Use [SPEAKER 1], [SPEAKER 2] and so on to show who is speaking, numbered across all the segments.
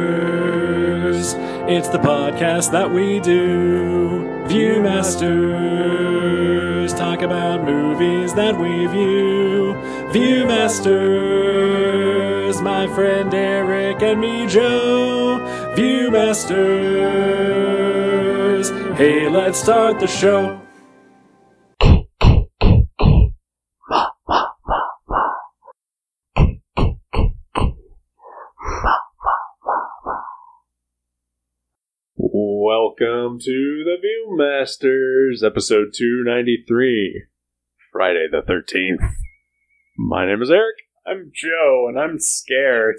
[SPEAKER 1] Viewmasters. It's the podcast that we do. Viewmasters. Talk about movies that we view. Viewmasters. My friend Eric and me, Joe. Viewmasters. Hey, let's start the show.
[SPEAKER 2] Welcome to the Viewmasters, episode 293, Friday the 13th. My name is Eric.
[SPEAKER 3] I'm Joe, and I'm scared.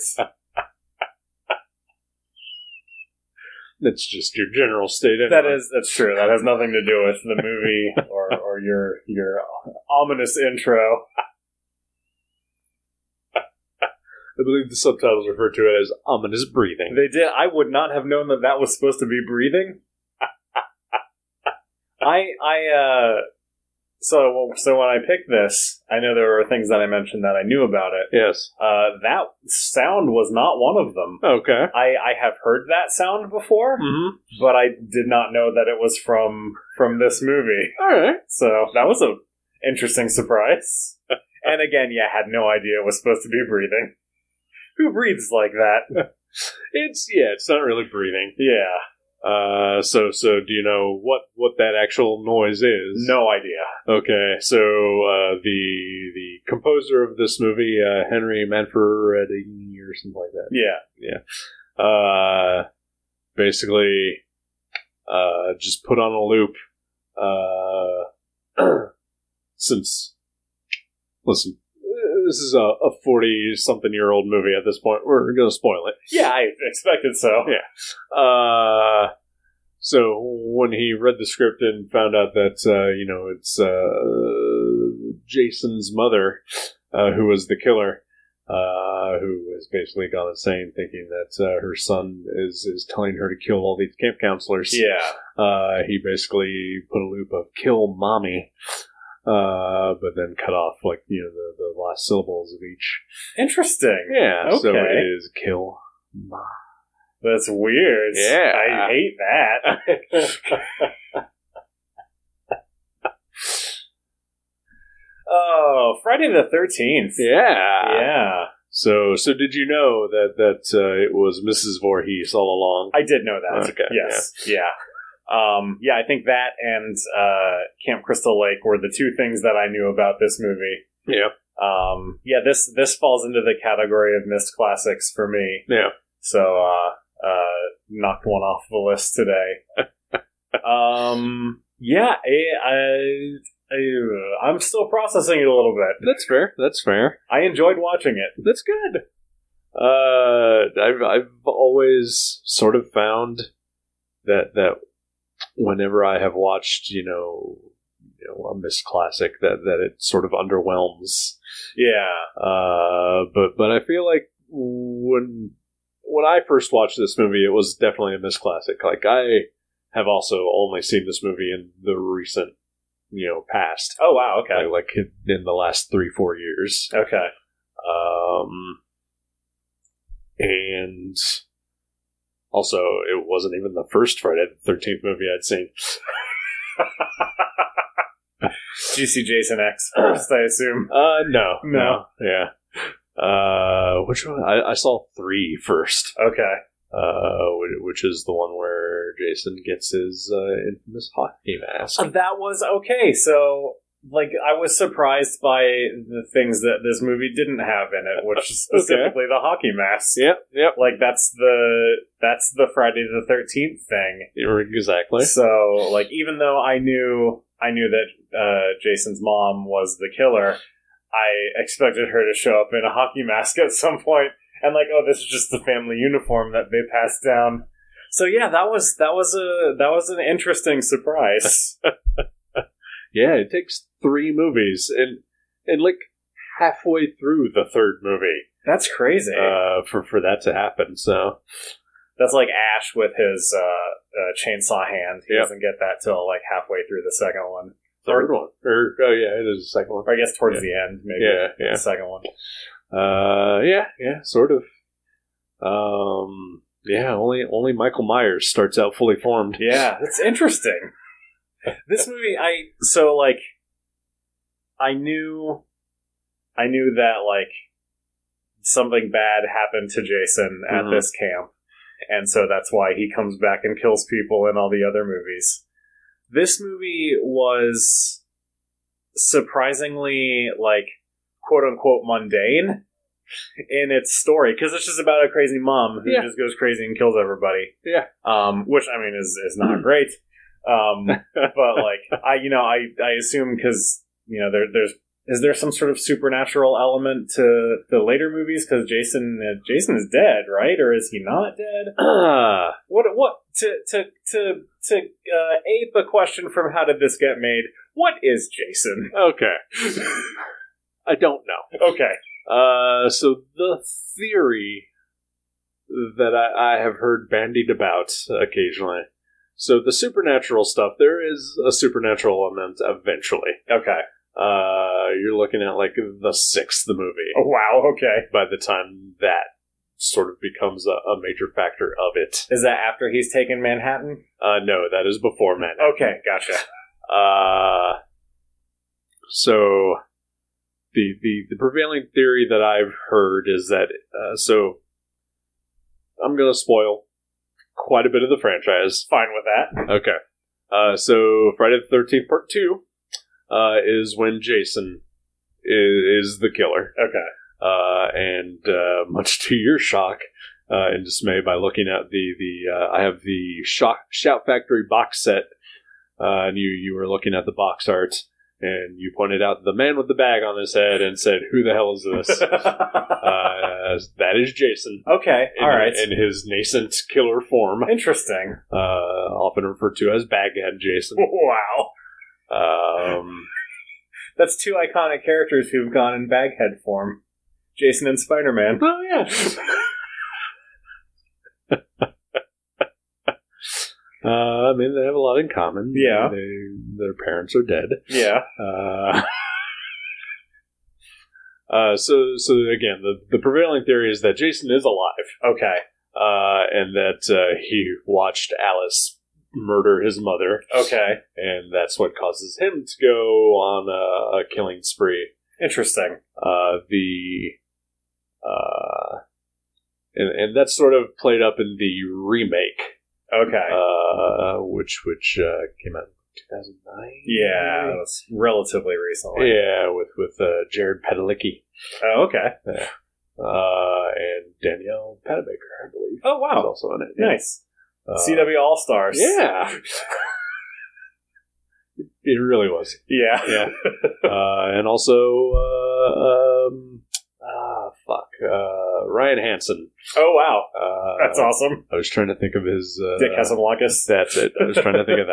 [SPEAKER 2] That's just your general state.
[SPEAKER 3] that is that's true. That has nothing to do with the movie or, or your your ominous intro.
[SPEAKER 2] I believe the subtitles refer to it as ominous breathing.
[SPEAKER 3] They did. I would not have known that that was supposed to be breathing. I I uh so so when I picked this, I know there were things that I mentioned that I knew about it.
[SPEAKER 2] Yes.
[SPEAKER 3] Uh, that sound was not one of them.
[SPEAKER 2] Okay.
[SPEAKER 3] I, I have heard that sound before,
[SPEAKER 2] Mm-hmm.
[SPEAKER 3] but I did not know that it was from from this movie.
[SPEAKER 2] All right.
[SPEAKER 3] So that was a interesting surprise. and again, yeah, had no idea it was supposed to be breathing. Who breathes like that?
[SPEAKER 2] It's yeah. It's not really breathing.
[SPEAKER 3] yeah,
[SPEAKER 2] Uh. So so do you know what what that actual noise is?
[SPEAKER 3] no idea.
[SPEAKER 2] Okay, so uh, the the composer of this movie, uh, Henry Manfredini or something like that.
[SPEAKER 3] Yeah,
[SPEAKER 2] uh, basically uh, just put on a loop uh, since listen this is a, a 40 something year old movie at this point we're gonna spoil it
[SPEAKER 3] yeah, I expected so.
[SPEAKER 2] Yeah. uh, so when he read the script and found out that uh, you know it's uh, Jason's mother uh, who was the killer, uh, who has basically gone insane thinking that uh, her son is is telling her to kill all these camp counselors.
[SPEAKER 3] Yeah,
[SPEAKER 2] Uh, he basically put a loop of "kill mommy," uh, but then cut off like you know the, the last syllables of each.
[SPEAKER 3] interesting.
[SPEAKER 2] Yeah, so
[SPEAKER 3] Okay.
[SPEAKER 2] it is "kill mommy."
[SPEAKER 3] That's weird.
[SPEAKER 2] Yeah.
[SPEAKER 3] I hate that. oh, Friday the Thirteenth.
[SPEAKER 2] Yeah.
[SPEAKER 3] yeah,
[SPEAKER 2] So, so did you know that that uh, it was Mrs. Voorhees all along?
[SPEAKER 3] I did know that.
[SPEAKER 2] Okay,
[SPEAKER 3] Yes. Yeah. Um, yeah, I think that and uh, Camp Crystal Lake were the two things that I knew about this movie.
[SPEAKER 2] Yeah,
[SPEAKER 3] Um, yeah, this this falls into the category of missed classics for me.
[SPEAKER 2] yeah.
[SPEAKER 3] So uh, uh, knocked one off the list today. um, yeah, I, I, I, I'm still processing it a little bit.
[SPEAKER 2] That's fair. That's fair.
[SPEAKER 3] I enjoyed watching it.
[SPEAKER 2] That's good. Uh, I've I've always sort of found that that whenever I have watched, you know, you know, a Miss Classic, that that it sort of underwhelms.
[SPEAKER 3] Yeah,
[SPEAKER 2] Uh, but but I feel like when when I first watched this movie, it was definitely a Miss Classic. Like I have also only seen this movie in the recent, you know, past.
[SPEAKER 3] Oh wow. Okay.
[SPEAKER 2] Like, like in the last three four years.
[SPEAKER 3] okay.
[SPEAKER 2] Um, and also, it wasn't even the first Friday the Thirteenth movie I'd seen.
[SPEAKER 3] GC Jason X first, I assume.
[SPEAKER 2] Uh, no,
[SPEAKER 3] No.
[SPEAKER 2] yeah. Uh, which one? I, I saw three first.
[SPEAKER 3] Okay.
[SPEAKER 2] uh, whi- which is the one where Jason gets his uh, infamous hockey mask.
[SPEAKER 3] Uh, That was okay. So, like, I was surprised by the things that this movie didn't have in it, which is
[SPEAKER 2] Okay.
[SPEAKER 3] specifically the hockey mask.
[SPEAKER 2] Yep, yep,
[SPEAKER 3] Like, that's the that's the Friday the Thirteenth thing.
[SPEAKER 2] exactly.
[SPEAKER 3] So, like, even though I knew I knew that uh, Jason's mom was the killer, I expected her to show up in a hockey mask at some point, and like, oh, this is just the family uniform that they passed down. So yeah, that was that was a that was an interesting surprise.
[SPEAKER 2] Yeah, it takes three movies, and and like halfway through the third movie
[SPEAKER 3] That's crazy.
[SPEAKER 2] uh, for for that to happen. So
[SPEAKER 3] That's like Ash with his uh, uh, chainsaw hand. He
[SPEAKER 2] Yep.
[SPEAKER 3] doesn't get that till like halfway through the second one,
[SPEAKER 2] third one, or oh yeah, it is the second one.
[SPEAKER 3] or I guess towards
[SPEAKER 2] Yeah.
[SPEAKER 3] the end, maybe
[SPEAKER 2] Yeah,
[SPEAKER 3] the
[SPEAKER 2] yeah,
[SPEAKER 3] second one.
[SPEAKER 2] uh, yeah, yeah, sort of. Um, yeah, only only Michael Myers starts out fully formed.
[SPEAKER 3] Yeah, it's interesting. this movie, I so like, I knew, I knew that like something bad happened to Jason at
[SPEAKER 2] Mhm.
[SPEAKER 3] this camp, and so that's why he comes back and kills people in all the other movies. This movie was surprisingly like quote unquote mundane in its story because it's just about a crazy mom who
[SPEAKER 2] Yeah.
[SPEAKER 3] just goes crazy and kills everybody
[SPEAKER 2] Yeah.
[SPEAKER 3] um, which I mean is is not great. Um, but like I, you know, I I assume because you know there there's is there some sort of supernatural element to the later movies because Jason uh, Jason is dead, right? Or is he not dead?
[SPEAKER 2] Ah,
[SPEAKER 3] What what to to to to uh, ape a question from how did this get made? What is Jason?
[SPEAKER 2] okay. I don't know.
[SPEAKER 3] Okay,
[SPEAKER 2] Uh, so the theory that I, I have heard bandied about occasionally. So the supernatural stuff, there is a supernatural element eventually.
[SPEAKER 3] okay.
[SPEAKER 2] Uh, you're looking at like the sixth movie
[SPEAKER 3] Oh, wow. Okay.
[SPEAKER 2] by the time that sort of becomes a, a major factor of it.
[SPEAKER 3] Is that after he's taken Manhattan?
[SPEAKER 2] Uh, no, that is before Manhattan.
[SPEAKER 3] Okay, gotcha.
[SPEAKER 2] Uh, so the, the the prevailing theory that I've heard is that uh, so I'm gonna spoil quite a bit of the franchise.
[SPEAKER 3] Fine with that.
[SPEAKER 2] Okay, uh, so Friday the Thirteenth Part Two uh, is when Jason is, is the killer,
[SPEAKER 3] Okay.
[SPEAKER 2] uh, and uh, much to your shock. Uh, and dismay by looking at the the uh, I have the shock, Shout Factory box set uh, and you you were looking at the box art and you pointed out the man with the bag on his head and said, "Who the hell is this?" uh, that is Jason.
[SPEAKER 3] okay.
[SPEAKER 2] In,
[SPEAKER 3] All right.
[SPEAKER 2] in his nascent killer form,
[SPEAKER 3] Interesting.
[SPEAKER 2] uh, often referred to as Baghead Jason.
[SPEAKER 3] Wow.
[SPEAKER 2] Um,
[SPEAKER 3] That's two iconic characters who've gone in baghead form. Jason and Spider Man.
[SPEAKER 2] oh yeah. Uh, I mean, they have a lot in common.
[SPEAKER 3] Yeah.
[SPEAKER 2] they, their parents are dead.
[SPEAKER 3] Yeah.
[SPEAKER 2] Uh, uh, so, so again, the, the prevailing theory is that Jason is alive,
[SPEAKER 3] Okay.
[SPEAKER 2] uh, and that uh, he watched Alice murder his mother,
[SPEAKER 3] Okay.
[SPEAKER 2] and that's what causes him to go on a, a killing spree.
[SPEAKER 3] Interesting.
[SPEAKER 2] Uh, the uh, and, and that's sort of played up in the remake,
[SPEAKER 3] Okay.
[SPEAKER 2] uh, which which uh, came out in two thousand nine.
[SPEAKER 3] yeah, that was relatively recently.
[SPEAKER 2] Yeah, with with uh, Jared Padalecki
[SPEAKER 3] Oh, okay.
[SPEAKER 2] uh, and Danielle Panabaker, I believe.
[SPEAKER 3] Oh,
[SPEAKER 2] is
[SPEAKER 3] wow.
[SPEAKER 2] also in it.
[SPEAKER 3] Nice.
[SPEAKER 2] Uh,
[SPEAKER 3] CW All Stars.
[SPEAKER 2] Yeah. it really was.
[SPEAKER 3] Yeah.
[SPEAKER 2] Yeah. uh, and also, uh, um, ah, fuck, uh, Ryan Hansen.
[SPEAKER 3] Oh, wow.
[SPEAKER 2] Uh,
[SPEAKER 3] That's awesome.
[SPEAKER 2] I was trying to think of his. Uh,
[SPEAKER 3] Dick Casablancas.
[SPEAKER 2] That's it. I was trying to think of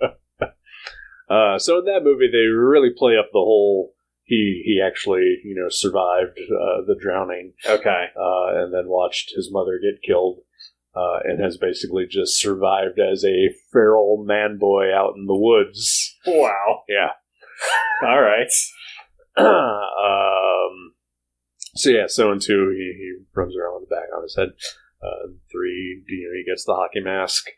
[SPEAKER 2] that. uh, so in that movie, they really play up the whole. He he actually you know survived uh, the drowning
[SPEAKER 3] Okay.
[SPEAKER 2] uh, and then watched his mother get killed. Uh, and has basically just survived as a feral man boy out in the woods.
[SPEAKER 3] Wow.
[SPEAKER 2] Yeah.
[SPEAKER 3] All right.
[SPEAKER 2] um, so yeah, so in two, he, he runs around with a bag on his head. Uh, in three, you know, he gets the hockey mask.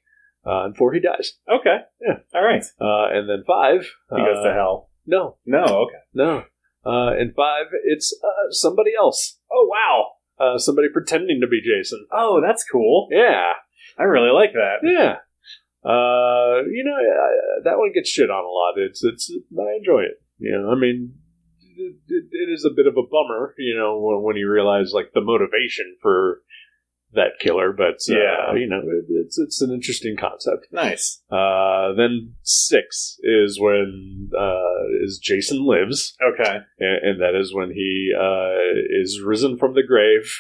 [SPEAKER 2] Uh, and four, he dies.
[SPEAKER 3] Okay. Yeah. All right.
[SPEAKER 2] Uh, and then five,
[SPEAKER 3] He goes to
[SPEAKER 2] uh,
[SPEAKER 3] hell.
[SPEAKER 2] no,
[SPEAKER 3] No. Okay.
[SPEAKER 2] no. Uh, and five, it's uh, somebody else,
[SPEAKER 3] Oh, wow.
[SPEAKER 2] uh, somebody pretending to be Jason.
[SPEAKER 3] Oh, that's cool.
[SPEAKER 2] Yeah,
[SPEAKER 3] I really like that.
[SPEAKER 2] yeah. Uh, you know, uh, that one gets shit on a lot. It's, it's, I enjoy it. You know, I mean, it, it, it is a bit of a bummer, you know, when, when you realize like the motivation for that killer, but uh,
[SPEAKER 3] Yeah.
[SPEAKER 2] you know, it, it's it's an interesting concept.
[SPEAKER 3] Nice.
[SPEAKER 2] Uh, then six is when uh, is Jason lives,
[SPEAKER 3] Okay.
[SPEAKER 2] and, and that is when he uh, is risen from the grave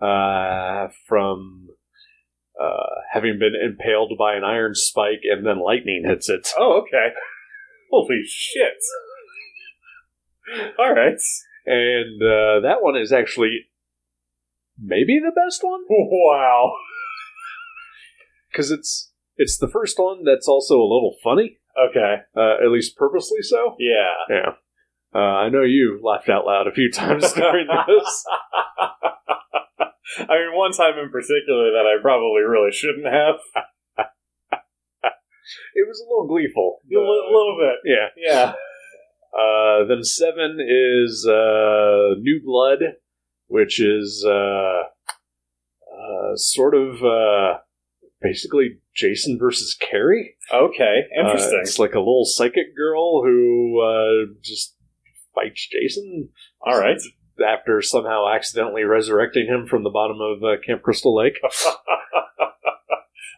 [SPEAKER 2] uh, from uh, having been impaled by an iron spike, and then lightning hits it.
[SPEAKER 3] Oh, okay. Holy shit. All right.
[SPEAKER 2] And uh, that one is actually maybe the best one
[SPEAKER 3] Wow.
[SPEAKER 2] because it's it's the first one that's also a little funny,
[SPEAKER 3] Okay.
[SPEAKER 2] uh, at least purposely so.
[SPEAKER 3] Yeah.
[SPEAKER 2] Yeah. Uh, I know you laughed out loud a few times during this.
[SPEAKER 3] I mean, one time in particular that I probably really shouldn't have.
[SPEAKER 2] It was a little gleeful. Uh,
[SPEAKER 3] A li- little bit.
[SPEAKER 2] yeah.
[SPEAKER 3] Yeah.
[SPEAKER 2] Uh, then seven is uh, New Blood, which is uh, uh, sort of uh, basically Jason versus Carrie.
[SPEAKER 3] Okay.
[SPEAKER 2] Uh,
[SPEAKER 3] Interesting.
[SPEAKER 2] it's like a little psychic girl who uh, just fights Jason
[SPEAKER 3] All right.
[SPEAKER 2] after somehow accidentally resurrecting him from the bottom of uh, Camp Crystal Lake.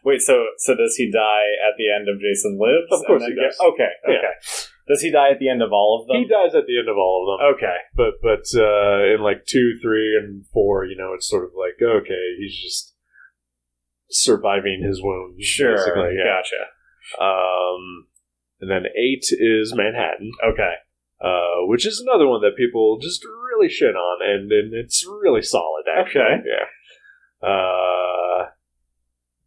[SPEAKER 3] Wait, so so does he die at the end of Jason Lives?
[SPEAKER 2] Of course
[SPEAKER 3] And then
[SPEAKER 2] he
[SPEAKER 3] get-
[SPEAKER 2] does.
[SPEAKER 3] Okay,
[SPEAKER 2] Yeah.
[SPEAKER 3] okay. Does he die at the end of all of them?
[SPEAKER 2] He dies at the end of all of them,
[SPEAKER 3] Okay.
[SPEAKER 2] but but uh, in like two, three, and four, you know, it's sort of like okay, he's just surviving his wounds.
[SPEAKER 3] Sure.
[SPEAKER 2] basically, yeah.
[SPEAKER 3] Gotcha.
[SPEAKER 2] Um, and then eight is Manhattan.
[SPEAKER 3] Okay.
[SPEAKER 2] uh, which is another one that people just really shit on, and, and it's really solid, actually.
[SPEAKER 3] Okay.
[SPEAKER 2] Yeah. Uh,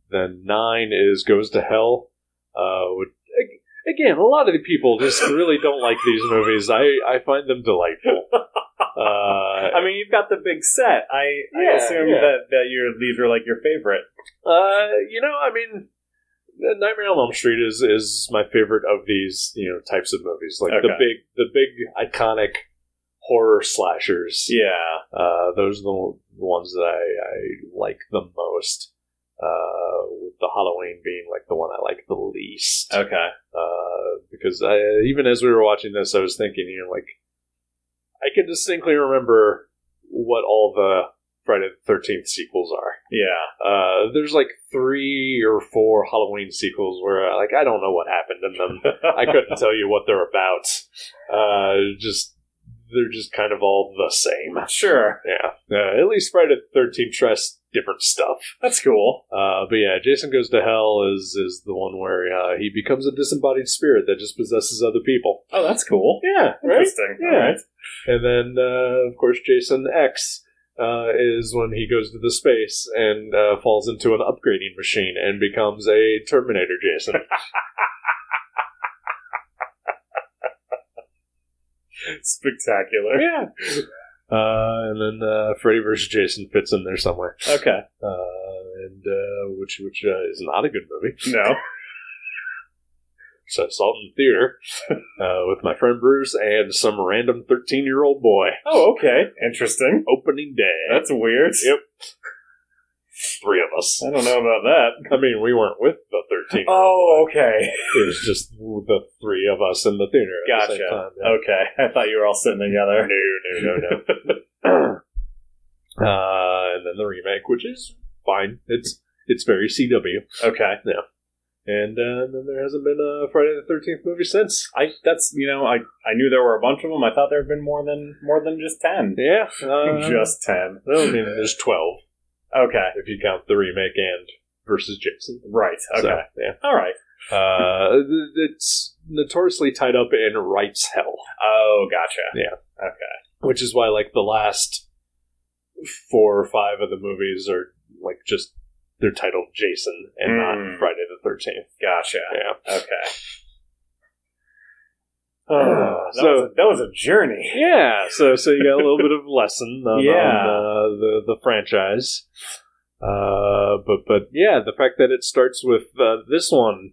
[SPEAKER 2] then nine is Goes to Hell. Uh, which, ag- again, a lot of the people just really don't like these movies. I, I find them delightful. Uh,
[SPEAKER 3] I mean, you've got the big set. I, I
[SPEAKER 2] Yeah,
[SPEAKER 3] assume
[SPEAKER 2] yeah.
[SPEAKER 3] that, that your these are like your favorite.
[SPEAKER 2] uh, you know, I mean, Nightmare on Elm Street is, is my favorite of these, you know, types of movies. Like the
[SPEAKER 3] Okay.
[SPEAKER 2] big, the big iconic horror slashers.
[SPEAKER 3] Yeah.
[SPEAKER 2] Uh, those are the the ones that I, I like the most. Uh, with the Halloween being like the one I like the least.
[SPEAKER 3] Okay.
[SPEAKER 2] Uh, because I, even as we were watching this, I was thinking, you know, like I can distinctly remember what all the Friday the Thirteenth sequels are.
[SPEAKER 3] Yeah.
[SPEAKER 2] Uh, there's like three or four Halloween sequels where like I don't know what happened in them. I couldn't tell you what they're about. Uh, just they're just kind of all the same.
[SPEAKER 3] sure.
[SPEAKER 2] Yeah, uh, at least Friday the Thirteenth tries different stuff.
[SPEAKER 3] That's cool.
[SPEAKER 2] Uh, but yeah, Jason Goes to Hell is is the one where uh, he becomes a disembodied spirit that just possesses other people.
[SPEAKER 3] Oh, that's cool.
[SPEAKER 2] Yeah, right.
[SPEAKER 3] Interesting.
[SPEAKER 2] Yeah.
[SPEAKER 3] All right.
[SPEAKER 2] And then uh, of course Jason X uh, is when he goes to the space and uh, falls into an upgrading machine and becomes a Terminator Jason.
[SPEAKER 3] Spectacular.
[SPEAKER 2] yeah. Uh, and then uh, Freddy vs. Jason fits in there somewhere,
[SPEAKER 3] Okay.
[SPEAKER 2] uh, and uh, which which uh, is not a good movie.
[SPEAKER 3] No.
[SPEAKER 2] So I saw it in the theater uh, with my friend Bruce and some random 13 year old boy.
[SPEAKER 3] Oh, okay. Interesting.
[SPEAKER 2] Opening day.
[SPEAKER 3] That's weird.
[SPEAKER 2] Yep. Three of us.
[SPEAKER 3] I don't know about that.
[SPEAKER 2] I mean, we weren't with the 13.
[SPEAKER 3] Oh, okay.
[SPEAKER 2] It was just the three of us in the theater at the
[SPEAKER 3] Gotcha.
[SPEAKER 2] same time. yeah.
[SPEAKER 3] Okay. I thought you were all sitting together.
[SPEAKER 2] No, no, no, no. uh, and then the remake, which is fine. It's it's very CW.
[SPEAKER 3] Okay.
[SPEAKER 2] And uh, then there hasn't been a Friday the 13th movie since.
[SPEAKER 3] I that's you know I I knew there were a bunch of them. I thought there had been more than more than just ten.
[SPEAKER 2] Yeah. Uh,
[SPEAKER 3] just ten.
[SPEAKER 2] I mean, there's 12
[SPEAKER 3] Okay.
[SPEAKER 2] if you count the remake and versus Jason.
[SPEAKER 3] Right. Okay.
[SPEAKER 2] So, yeah.
[SPEAKER 3] All right.
[SPEAKER 2] Uh, th- it's notoriously tied up in rights hell,
[SPEAKER 3] Oh, gotcha.
[SPEAKER 2] which is why like the last four or five of the movies are like just they're titled Jason and
[SPEAKER 3] Mm.
[SPEAKER 2] not Friday the Thirteenth.
[SPEAKER 3] Gotcha.
[SPEAKER 2] Yeah.
[SPEAKER 3] Okay.
[SPEAKER 2] Uh,
[SPEAKER 3] that,
[SPEAKER 2] so-
[SPEAKER 3] was a, that was a journey.
[SPEAKER 2] Yeah. So so you got a little bit of lesson on,
[SPEAKER 3] Yeah.
[SPEAKER 2] on, uh, the the franchise. Uh, but but yeah, the fact that it starts with uh, this one,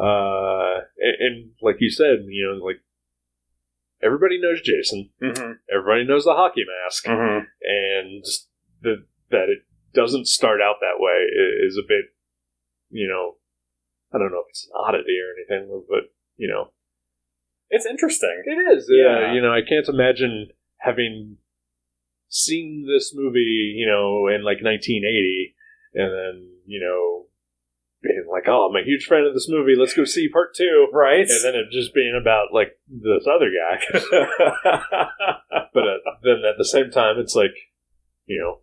[SPEAKER 2] uh, and, and like you said, you know, like everybody knows Jason,
[SPEAKER 3] Mm-hmm.
[SPEAKER 2] everybody knows the hockey mask,
[SPEAKER 3] Mm-hmm.
[SPEAKER 2] and the, that it doesn't start out that way i- is a bit, you know, I don't know if it's an oddity or anything, but you know,
[SPEAKER 3] It's interesting.
[SPEAKER 2] it is.
[SPEAKER 3] Yeah.
[SPEAKER 2] Yeah. you know, I can't imagine having seen this movie, you know, in like 1980, and then you know, being like, "Oh, I'm a huge fan of this movie. Let's go see part two.
[SPEAKER 3] Right.
[SPEAKER 2] and then it just being about like this other guy. but uh, then at the same time, it's like, you know.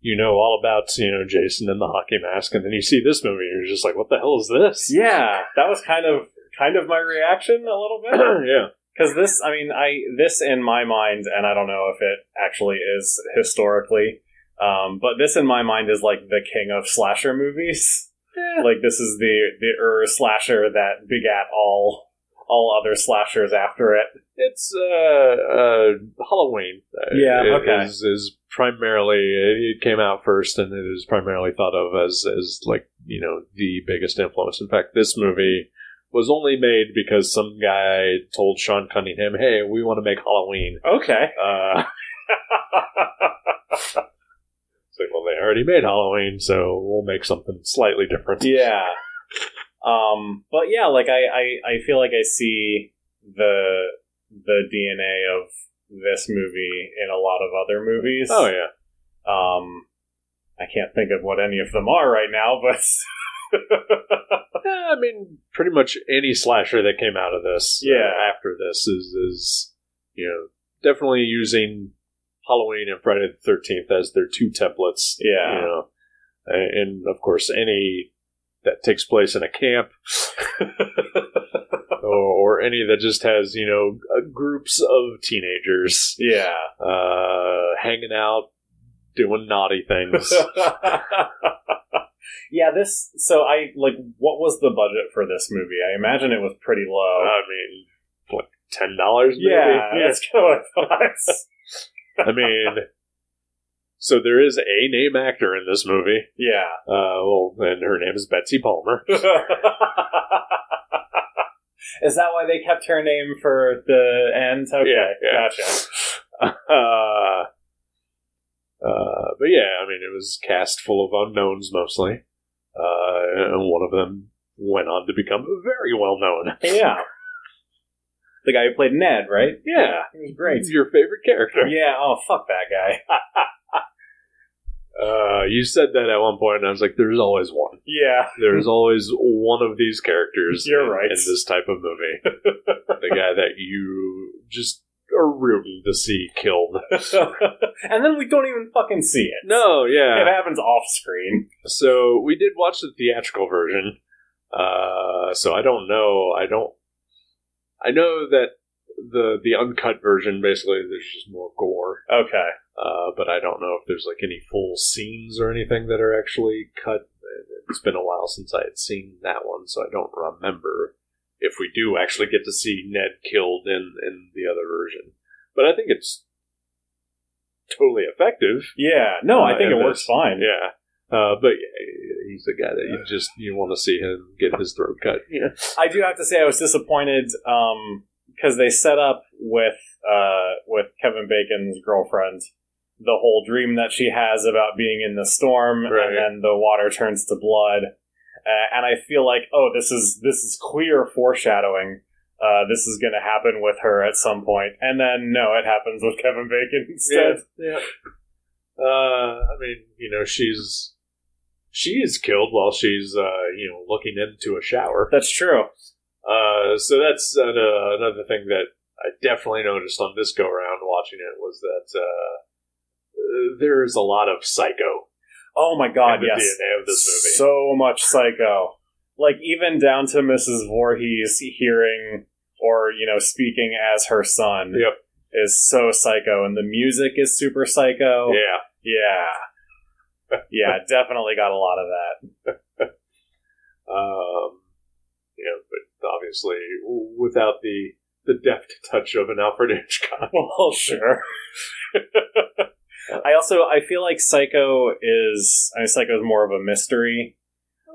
[SPEAKER 2] You know all about you know Jason and the hockey mask, and then you see this movie, and you're just like, "What the hell is this?"
[SPEAKER 3] yeah, that was kind of kind of my reaction a little bit.
[SPEAKER 2] yeah,
[SPEAKER 3] because this i mean i this in my mind and i don't know if it actually is historically um, but this in my mind is like the king of slasher movies like this is the the er slasher that begat all all other slashers after it.
[SPEAKER 2] It's uh, uh, Halloween. uh,
[SPEAKER 3] Yeah,
[SPEAKER 2] it
[SPEAKER 3] okay.
[SPEAKER 2] Is, is primarily it came out first, and it is primarily thought of as as like you know the biggest influence. In fact, this movie was only made because some guy told Sean Cunningham, "Hey, we want to make Halloween."
[SPEAKER 3] Okay.
[SPEAKER 2] Uh, it's like, well, they already made Halloween, so we'll make something slightly different.
[SPEAKER 3] Yeah. Um, but yeah, like I, I, I feel like I see the the DNA of this movie in a lot of other movies.
[SPEAKER 2] Oh yeah.
[SPEAKER 3] Um, I can't think of what any of them are right now, but
[SPEAKER 2] Yeah, I mean, pretty much any slasher that came out of this, uh,
[SPEAKER 3] Yeah.
[SPEAKER 2] after this is is you know definitely using Halloween and Friday the Thirteenth as their two templates.
[SPEAKER 3] Yeah.
[SPEAKER 2] you know, A- and of course any that takes place in a camp, or, or any that just has you know uh, groups of teenagers
[SPEAKER 3] yeah.
[SPEAKER 2] uh, hanging out, doing naughty things.
[SPEAKER 3] yeah, this so I like what was the budget for this movie? I imagine it was pretty low.
[SPEAKER 2] I mean, like ten dollars.
[SPEAKER 3] yeah, that's kind of what I thought.
[SPEAKER 2] I mean, so there is a name actor in this movie.
[SPEAKER 3] yeah.
[SPEAKER 2] Uh, well, and her name is Betsy Palmer.
[SPEAKER 3] Is that why they kept her name for the end? Okay,
[SPEAKER 2] Yeah, yeah.
[SPEAKER 3] gotcha.
[SPEAKER 2] Uh, uh, but yeah, I mean, it was cast full of unknowns mostly, uh, and one of them went on to become very well known.
[SPEAKER 3] Yeah. The guy who played Ned, right?
[SPEAKER 2] Yeah.
[SPEAKER 3] He was great.
[SPEAKER 2] Your favorite character.
[SPEAKER 3] Yeah, oh, fuck that guy.
[SPEAKER 2] Uh, you said that at one point, and I was like, "There's always one.
[SPEAKER 3] yeah.
[SPEAKER 2] There's always one of these characters."
[SPEAKER 3] You're
[SPEAKER 2] in-
[SPEAKER 3] right.
[SPEAKER 2] in this type of movie, the guy that you just are rooting to see killed.
[SPEAKER 3] and then we don't even fucking see it.
[SPEAKER 2] No,
[SPEAKER 3] It
[SPEAKER 2] yeah.
[SPEAKER 3] happens off screen.
[SPEAKER 2] So we did watch the theatrical version. Uh, so I don't know. I don't. I know that the the uncut version basically there's just more gore,
[SPEAKER 3] Okay.
[SPEAKER 2] uh, but I don't know if there's like any full scenes or anything that are actually cut. It's been a while since I had seen that one, so I don't remember if we do actually get to see Ned killed in in the other version. But I think it's totally effective.
[SPEAKER 3] Yeah. No, I
[SPEAKER 2] Uh,
[SPEAKER 3] think it
[SPEAKER 2] and
[SPEAKER 3] works
[SPEAKER 2] this-
[SPEAKER 3] fine.
[SPEAKER 2] Yeah. Uh, but uh, he's the guy that you just you want to see him get his throat cut. Yeah.
[SPEAKER 3] I do have to say I was disappointed because they set up with uh, with Kevin Bacon's girlfriend the whole dream that she has about being in the storm
[SPEAKER 2] Right.
[SPEAKER 3] and then the water turns to blood, uh, and I feel like oh this is this is clear foreshadowing. Uh, this is going to happen with her at some point, and then no, it happens with Kevin Bacon instead.
[SPEAKER 2] Yeah. Uh, I mean, you know, she's she is killed while she's uh, you know looking into a shower.
[SPEAKER 3] That's true.
[SPEAKER 2] Uh, so that's an, uh, another thing that I definitely noticed on this go round watching it was that uh, uh, there is a lot of psycho
[SPEAKER 3] Oh my god,
[SPEAKER 2] in the
[SPEAKER 3] yes.
[SPEAKER 2] DNA of this movie.
[SPEAKER 3] So much psycho. Like even down to Mrs. Voorhees hearing or, you know, speaking as her son
[SPEAKER 2] Yep.
[SPEAKER 3] is so psycho and the music is super psycho.
[SPEAKER 2] yeah.
[SPEAKER 3] Yeah. Yeah, definitely got a lot of that.
[SPEAKER 2] Um, you know, but obviously w- without the the deft touch of an Alfred Hitchcock.
[SPEAKER 3] Well, sure. I also I feel like Psycho is I mean Psycho is more of a mystery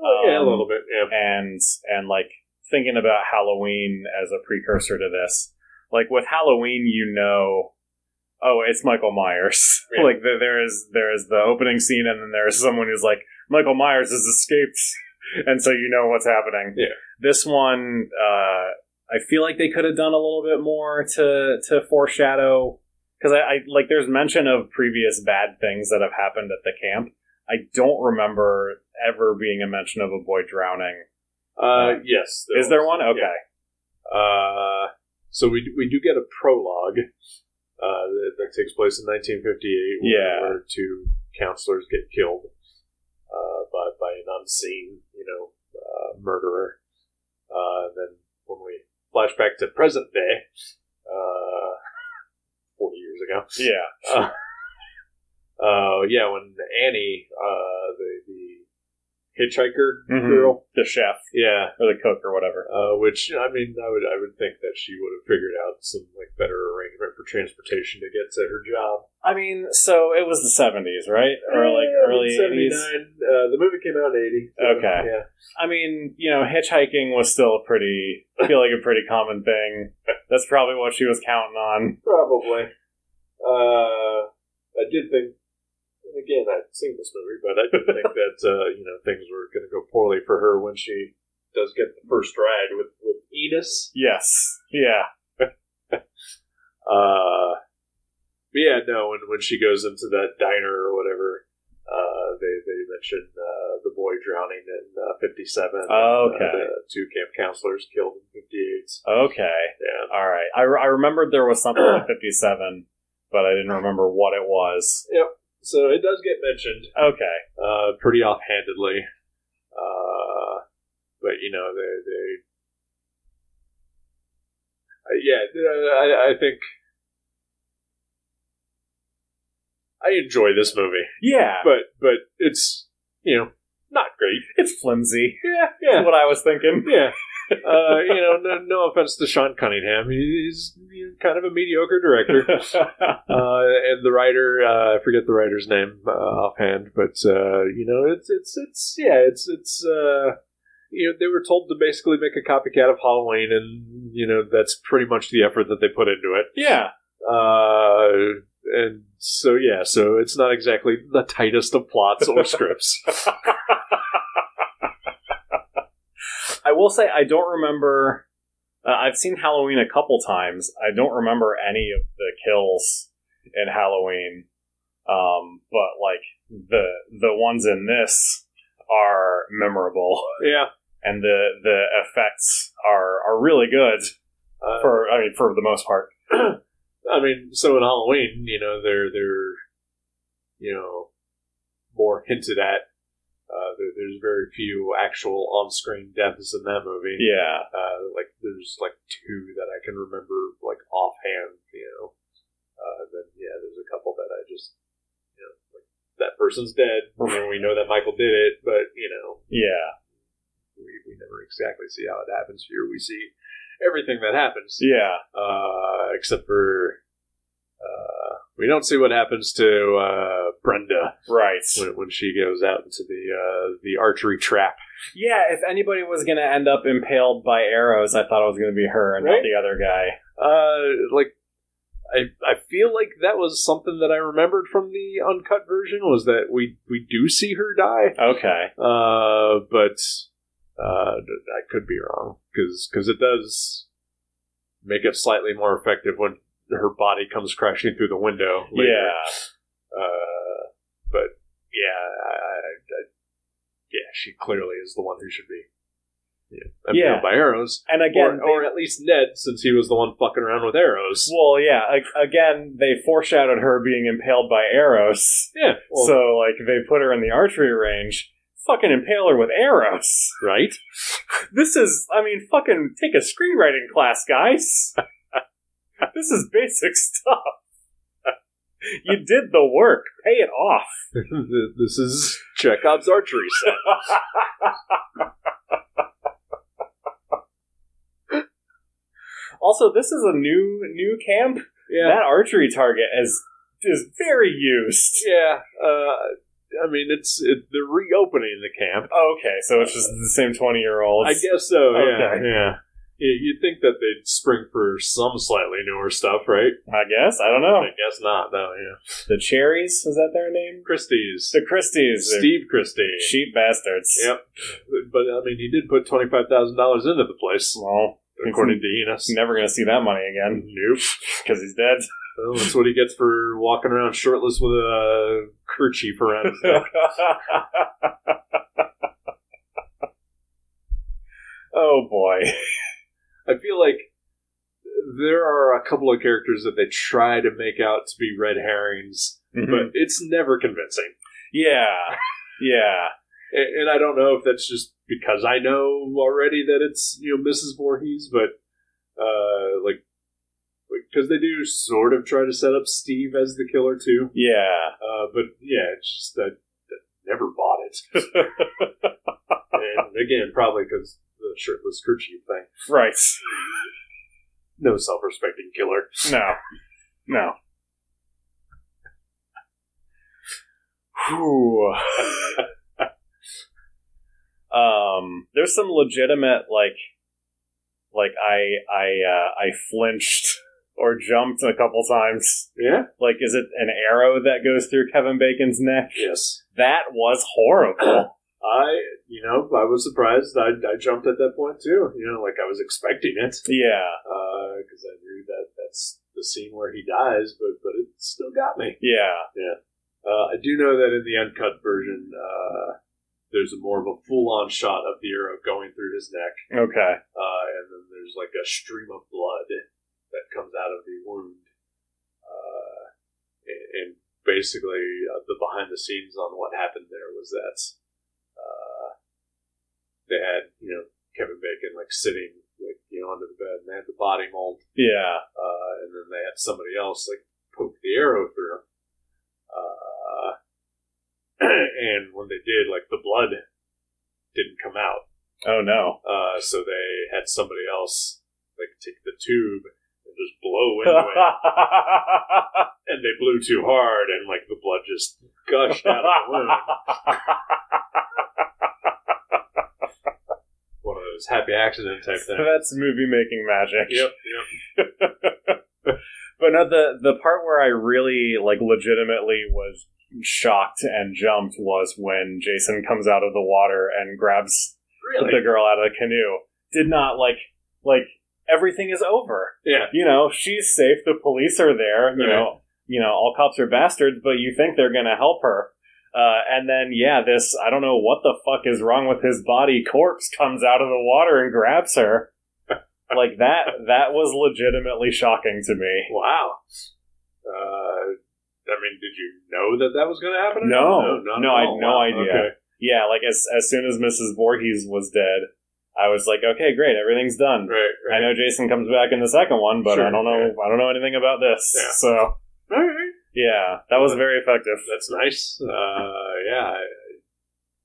[SPEAKER 2] Oh, yeah, a
[SPEAKER 3] Um,
[SPEAKER 2] little bit. Yeah.
[SPEAKER 3] and and like thinking about Halloween as a precursor to this. Like with Halloween, you know, oh, it's Michael Myers.
[SPEAKER 2] Yeah.
[SPEAKER 3] Like there, there is there is the opening scene, and then there is someone who's like Michael Myers has escaped, and so you know what's happening.
[SPEAKER 2] Yeah.
[SPEAKER 3] This one, uh, I feel like they could have done a little bit more to to foreshadow because I, I like there's mention of previous bad things that have happened at the camp. I don't remember ever being a mention of a boy drowning.
[SPEAKER 2] Uh, yes.
[SPEAKER 3] Is there one? Okay.
[SPEAKER 2] Uh, so we we do get a prologue uh, that, that takes place in 1958. Where,
[SPEAKER 3] Yeah.
[SPEAKER 2] where two counselors get killed uh, by by an unseen, you know, uh, murderer. Uh, and then when we flash back to present day, uh, 40 years ago.
[SPEAKER 3] Yeah.
[SPEAKER 2] Uh, yeah, when Annie, uh, the, the hitchhiker
[SPEAKER 3] Mhm.
[SPEAKER 2] girl.
[SPEAKER 3] the chef
[SPEAKER 2] Yeah,
[SPEAKER 3] or the cook or whatever.
[SPEAKER 2] uh, which I mean, I would I would think that she would have figured out some like better arrangement for transportation to get to her job.
[SPEAKER 3] I mean, so it was the seventies, right? Or like
[SPEAKER 2] Eh,
[SPEAKER 3] early
[SPEAKER 2] '79.
[SPEAKER 3] eighties.
[SPEAKER 2] Uh, the movie came out in eighty.
[SPEAKER 3] Okay.
[SPEAKER 2] Yeah.
[SPEAKER 3] I mean, you know, hitchhiking was still a pretty, I feel like a pretty common thing. That's probably what she was counting on.
[SPEAKER 2] Probably. Uh, I did think, and again, I've seen this movie, but I did think that uh, you know things were going to go poorly for her when she does get the first ride with with Edis.
[SPEAKER 3] Yes. Yeah.
[SPEAKER 2] Uh, but yeah, no, when when she goes into that diner or whatever. Uh, they they mention uh, the boy drowning in uh, fifty seven.
[SPEAKER 3] Oh, okay.
[SPEAKER 2] the two camp counselors killed in fifty eight.
[SPEAKER 3] Okay.
[SPEAKER 2] Yeah,
[SPEAKER 3] All right. I, re- I remembered there was something in 57, but I didn't remember what it was.
[SPEAKER 2] so it does get mentioned.
[SPEAKER 3] Okay.
[SPEAKER 2] uh, pretty offhandedly. Uh, but you know they they uh, yeah uh, I I think I enjoy this movie,
[SPEAKER 3] Yeah.
[SPEAKER 2] but but it's you know not great.
[SPEAKER 3] It's flimsy.
[SPEAKER 2] Yeah,
[SPEAKER 3] That's what I was thinking.
[SPEAKER 2] yeah. Uh, you know, no, no offense to Sean Cunningham, He- he's you know, kind of a mediocre director. Uh, and the writer, uh, I forget the writer's name uh, offhand, but uh, you know, it's it's it's yeah, it's it's uh, you know, they were told to basically make a copycat of Halloween, and you know, that's pretty much the effort that they put into it.
[SPEAKER 3] yeah.
[SPEAKER 2] Uh, and so yeah, so it's not exactly the tightest of plots or scripts.
[SPEAKER 3] I will say I don't remember. Uh, I've seen Halloween a couple times. I don't remember any of the kills in Halloween, um, but like the the ones in this are memorable,
[SPEAKER 2] yeah,
[SPEAKER 3] and the the effects are are really good
[SPEAKER 2] uh,
[SPEAKER 3] for I mean for the most part.
[SPEAKER 2] I mean, so in Halloween, you know, they're they're you know more hinted at. Uh, there, there's very few actual on-screen deaths in that movie.
[SPEAKER 3] Yeah,
[SPEAKER 2] Uh, like there's like two that I can remember like offhand. You know, uh, then yeah, there's a couple that I just you know like that person's dead. You know, we know that Michael did it, but you know
[SPEAKER 3] yeah,
[SPEAKER 2] we we never exactly see how it happens. Here we see everything that happens
[SPEAKER 3] yeah.
[SPEAKER 2] uh, except for uh, we don't see what happens to uh, Brenda
[SPEAKER 3] Right.
[SPEAKER 2] when, when she goes out into the uh, the archery trap.
[SPEAKER 3] Yeah. If anybody was going to end up impaled by arrows, I thought it was going to be her and not
[SPEAKER 2] Right?
[SPEAKER 3] the other guy.
[SPEAKER 2] Uh, like I I feel like that was something that I remembered from the uncut version was that we we do see her die,
[SPEAKER 3] Okay.
[SPEAKER 2] uh, but uh, I could be wrong because it does make it slightly more effective when her body comes crashing through the window. Later.
[SPEAKER 3] Yeah.
[SPEAKER 2] Uh, but yeah, I, I- I, yeah, she clearly is the one who should be. Yeah,
[SPEAKER 3] Yeah.
[SPEAKER 2] impaled by arrows,
[SPEAKER 3] And again,
[SPEAKER 2] or, or at least Ned, since he was the one fucking around with arrows.
[SPEAKER 3] Well, yeah. a- Again, they foreshadowed her being impaled by arrows.
[SPEAKER 2] yeah, well,
[SPEAKER 3] so, like, they put her in the archery range. Fucking impale her with arrows.
[SPEAKER 2] right.
[SPEAKER 3] This is, I mean, fucking take a screenwriting class, guys. this is basic stuff. you did the work. Pay it off.
[SPEAKER 2] this is Chekhov's archery set.
[SPEAKER 3] Also, this is a new new camp.
[SPEAKER 2] Yeah,
[SPEAKER 3] That archery target is is very used.
[SPEAKER 2] yeah. Uh, I mean, it's it, they're reopening the camp.
[SPEAKER 3] Okay, so it's just the same twenty year olds.
[SPEAKER 2] I guess so. Yeah,
[SPEAKER 3] Okay.
[SPEAKER 2] yeah. You- You'd think that they'd spring for some slightly newer stuff, right?
[SPEAKER 3] I guess. I don't know.
[SPEAKER 2] I guess not, though. Yeah.
[SPEAKER 3] The Cherries, is that their name?
[SPEAKER 2] Christie's.
[SPEAKER 3] The Christies. they're
[SPEAKER 2] Steve Christie.
[SPEAKER 3] Sheep bastards.
[SPEAKER 2] Yep. But I mean, he did put twenty five thousand dollars into the place,
[SPEAKER 3] Well,
[SPEAKER 2] according to Enos.
[SPEAKER 3] he's never going to see that money again
[SPEAKER 2] Nope.
[SPEAKER 3] because he's dead.
[SPEAKER 2] Well, that's what he gets for walking around shirtless with a kerchief around his neck.
[SPEAKER 3] oh boy.
[SPEAKER 2] I feel like there are a couple of characters that they try to make out to be red herrings,
[SPEAKER 3] But
[SPEAKER 2] but it's never convincing.
[SPEAKER 3] yeah. Yeah.
[SPEAKER 2] A- And I don't know if that's just because I know already that it's you know Mrs. Voorhees, but uh, like because they do sort of try to set up Steve as the killer too.
[SPEAKER 3] Yeah.
[SPEAKER 2] Uh, but yeah, it's just that, that never bought it. and again, probably because the shirtless kerchief thing.
[SPEAKER 3] Right.
[SPEAKER 2] No self-respecting killer.
[SPEAKER 3] No. No. Whew. um, there's some legitimate like, like I I uh, I flinched or jumped a couple times.
[SPEAKER 2] Yeah.
[SPEAKER 3] Like, is it an arrow that goes through Kevin Bacon's neck?
[SPEAKER 2] Yes.
[SPEAKER 3] That was horrible.
[SPEAKER 2] I, you know, I was surprised. I, I jumped at that point too. You know, like I was expecting it
[SPEAKER 3] yeah,
[SPEAKER 2] because I knew that that's the scene where he dies, but but it still got me.
[SPEAKER 3] yeah.
[SPEAKER 2] Uh, I do know that in the uncut version, uh, there's a more of a full-on shot of the arrow going through his neck,
[SPEAKER 3] Okay.
[SPEAKER 2] uh, and then there's like a stream of blood that comes out of the wound. Uh, and, and basically, uh, the behind-the-scenes on what happened there was that uh, they had you know Kevin Bacon like sitting like you know under the bed, and they had the body mold
[SPEAKER 3] Yeah.
[SPEAKER 2] uh, and then they had somebody else like poke the arrow through him. Uh, and when they did, like the blood didn't come out,
[SPEAKER 3] Oh no.
[SPEAKER 2] uh, so they had somebody else like take the tube and just blow into it, and they blew too hard, and like the blood just gushed out of the wound. One of those happy accident type things.
[SPEAKER 3] That's movie making magic.
[SPEAKER 2] Yep, yep.
[SPEAKER 3] But no, the the part where I really like legitimately was shocked and jumped was when Jason comes out of the water and grabs the
[SPEAKER 2] Really?
[SPEAKER 3] girl out of the canoe. Did not like like everything is over.
[SPEAKER 2] Yeah.
[SPEAKER 3] You know, she's safe. The police are there. You
[SPEAKER 2] Right.
[SPEAKER 3] know, you know, all cops are bastards, but you think they're gonna help her. Uh, and then, yeah, this I don't know what the fuck is wrong with his body. Corpse comes out of the water and grabs her. like that. That was legitimately shocking to me.
[SPEAKER 2] Wow. Uh, I mean, did you know that that was going to happen?
[SPEAKER 3] No.
[SPEAKER 2] not
[SPEAKER 3] No,
[SPEAKER 2] at
[SPEAKER 3] I had
[SPEAKER 2] all.
[SPEAKER 3] no
[SPEAKER 2] Wow.
[SPEAKER 3] idea.
[SPEAKER 2] Okay.
[SPEAKER 3] Yeah, like as as soon as Mrs. Voorhees was dead, I was like, okay, great, everything's done.
[SPEAKER 2] Right,
[SPEAKER 3] I
[SPEAKER 2] right.
[SPEAKER 3] know Jason comes back in the second one, but
[SPEAKER 2] Sure,
[SPEAKER 3] I don't know. I don't know anything about this.
[SPEAKER 2] Yeah.
[SPEAKER 3] So
[SPEAKER 2] All right.
[SPEAKER 3] yeah, that was very effective.
[SPEAKER 2] That's nice. Uh, yeah, I, I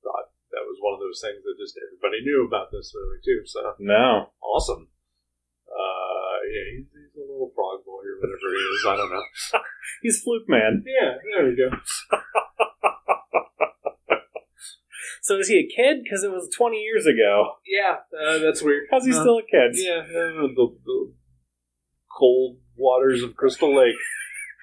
[SPEAKER 2] thought that was one of those things that just everybody knew about this movie, too. So
[SPEAKER 3] No,
[SPEAKER 2] awesome. Uh, yeah, he's, he's a little frog boy or whatever he is. I don't know.
[SPEAKER 3] he's fluke man.
[SPEAKER 2] Yeah, there we go.
[SPEAKER 3] So is he a kid? Because it was twenty years ago.
[SPEAKER 2] Yeah, uh, that's weird.
[SPEAKER 3] How's he
[SPEAKER 2] Huh.
[SPEAKER 3] still a kid?
[SPEAKER 2] Yeah, uh, the, the cold waters of Crystal Lake.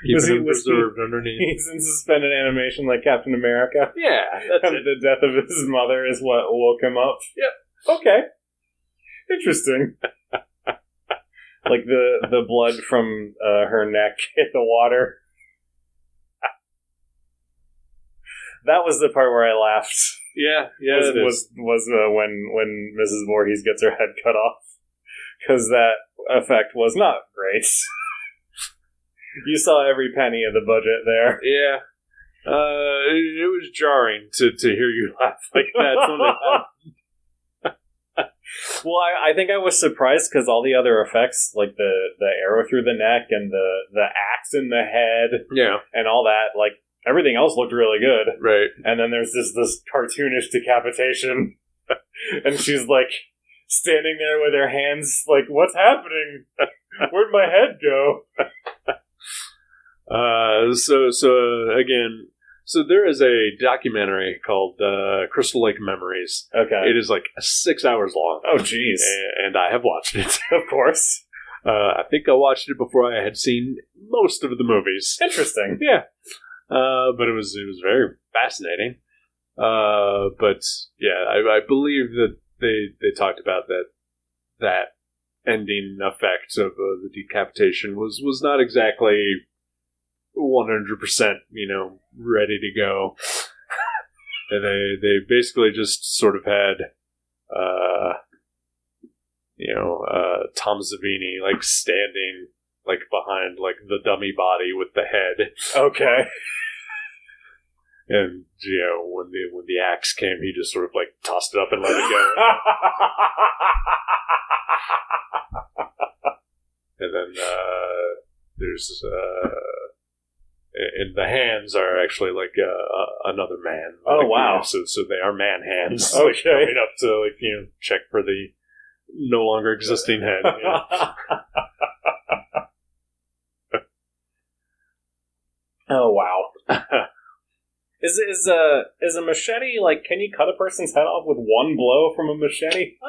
[SPEAKER 2] Keeping
[SPEAKER 3] Was he-
[SPEAKER 2] him
[SPEAKER 3] was he-
[SPEAKER 2] preserved underneath.
[SPEAKER 3] He's in suspended animation like Captain America.
[SPEAKER 2] Yeah, that's
[SPEAKER 3] And
[SPEAKER 2] it.
[SPEAKER 3] the death of his mother is what woke him up. Yep. Okay. Interesting. like the the blood from uh, her neck hit the water. that was the part where I laughed.
[SPEAKER 2] Yeah, yeah,
[SPEAKER 3] Was
[SPEAKER 2] it is.
[SPEAKER 3] was, was uh, when when Mrs. Voorhees gets her head cut off because that effect was not great. you saw every penny of the budget there.
[SPEAKER 2] yeah. Uh, it, it was jarring to, to hear you laugh like that. when it happened.
[SPEAKER 3] Well, I, I think I was surprised because all the other effects, like the the arrow through the neck and the the axe in the head
[SPEAKER 2] yeah,
[SPEAKER 3] and all that, like everything else looked really good.
[SPEAKER 2] right.
[SPEAKER 3] And then there's this this cartoonish decapitation, and she's like standing there with her hands like, "What's happening? Where'd my head go?"
[SPEAKER 2] Uh, so so uh, again, so there is a documentary called uh, Crystal Lake Memories.
[SPEAKER 3] Okay.
[SPEAKER 2] It is like six hours long,
[SPEAKER 3] oh, jeez.
[SPEAKER 2] a- and I have watched it.
[SPEAKER 3] Of course.
[SPEAKER 2] Uh, I think I watched it before I had seen most of the movies.
[SPEAKER 3] Interesting.
[SPEAKER 2] Yeah, uh, but it was it was very fascinating. Uh, but yeah, I, I believe that they they talked about that that ending effect of uh, the decapitation was was not exactly one hundred percent you know ready to go. and they they basically just sort of had. Uh, you know, uh, Tom Savini like standing like behind like the dummy body with the head,
[SPEAKER 3] Okay.
[SPEAKER 2] and you know when the when the axe came, he just sort of like tossed it up and let it go, and then uh, there's uh, and the hands are actually like uh, uh, another man.
[SPEAKER 3] Oh,
[SPEAKER 2] Like,
[SPEAKER 3] wow.
[SPEAKER 2] you know, so so they are man hands.
[SPEAKER 3] Okay.
[SPEAKER 2] Coming up to like you know check for the no longer existing head. you know.
[SPEAKER 3] oh wow. Is is a is a machete like? Can you cut a person's head off with one blow from a machete?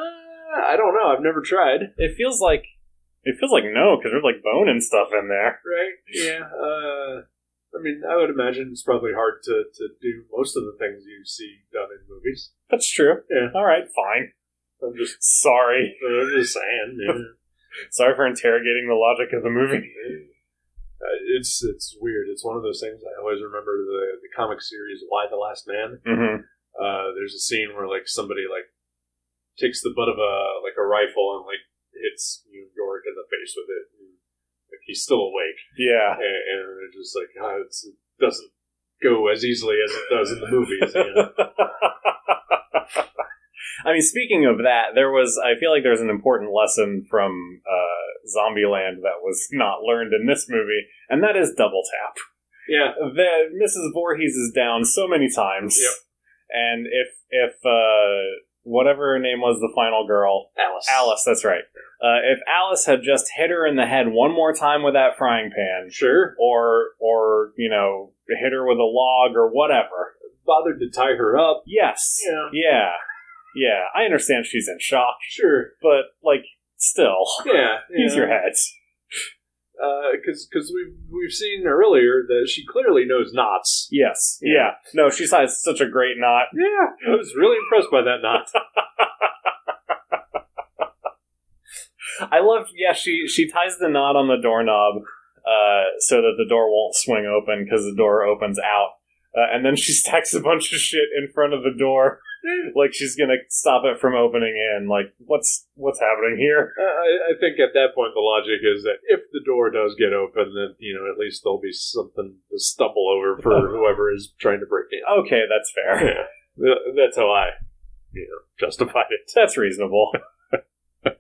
[SPEAKER 2] Uh, I don't know. I've never tried.
[SPEAKER 3] It feels like it feels like no, because there's like bone and stuff in there.
[SPEAKER 2] Right? Yeah. Uh, I mean, I would imagine it's probably hard to, to do most of the things you see done in movies.
[SPEAKER 3] That's true.
[SPEAKER 2] Yeah.
[SPEAKER 3] All right, fine.
[SPEAKER 2] I'm just,
[SPEAKER 3] Sorry,
[SPEAKER 2] I'm just saying. Yeah.
[SPEAKER 3] sorry for interrogating the logic of the movie.
[SPEAKER 2] Uh, it's it's weird. It's one of those things I always remember the the comic series Why the Last Man.
[SPEAKER 3] Mm-hmm.
[SPEAKER 2] Uh, there's a scene where like somebody like takes the butt of a like a rifle and like hits New York in the face with it. And, like he's still awake.
[SPEAKER 3] Yeah.
[SPEAKER 2] and, and they're just like, oh, it's, it doesn't go as easily as it does in the movies. You know?
[SPEAKER 3] I mean, speaking of that, there was, I feel like there's an important lesson from uh, Zombieland that was not learned in this movie, and that is double tap.
[SPEAKER 2] yeah,
[SPEAKER 3] The, Mrs. Voorhees is down so many times.
[SPEAKER 2] Yep.
[SPEAKER 3] And if, if, uh, whatever her name was, the final girl,
[SPEAKER 2] Alice.
[SPEAKER 3] Alice, that's right. Uh, if Alice had just hit her in the head one more time with that frying pan,
[SPEAKER 2] Sure.
[SPEAKER 3] or, or, you know, hit her with a log or whatever,
[SPEAKER 2] Bothered to tie her up.
[SPEAKER 3] Yes.
[SPEAKER 2] Yeah.
[SPEAKER 3] Yeah. Yeah. I understand she's in shock,
[SPEAKER 2] Sure.
[SPEAKER 3] but like, still,
[SPEAKER 2] Yeah.
[SPEAKER 3] use your head.
[SPEAKER 2] Because because we've we've seen earlier that she clearly knows knots.
[SPEAKER 3] Yes. Yeah.
[SPEAKER 2] Yeah.
[SPEAKER 3] No, she has such a great knot.
[SPEAKER 2] Yeah, I was really impressed by that knot.
[SPEAKER 3] I love. Yeah. She she ties the knot on the doorknob, uh, so that the door won't swing open because the door opens out. Uh, and then she stacks a bunch of shit in front of the door, like she's gonna stop it from opening in. Like, what's what's happening here?
[SPEAKER 2] Uh, I, I think at that point the logic is that if the door does get open, then you know at least there'll be something to stumble over for whoever is trying to break in.
[SPEAKER 3] Okay, that's fair.
[SPEAKER 2] Yeah, Th- that's how I you know justified it.
[SPEAKER 3] That's reasonable.
[SPEAKER 2] Uh,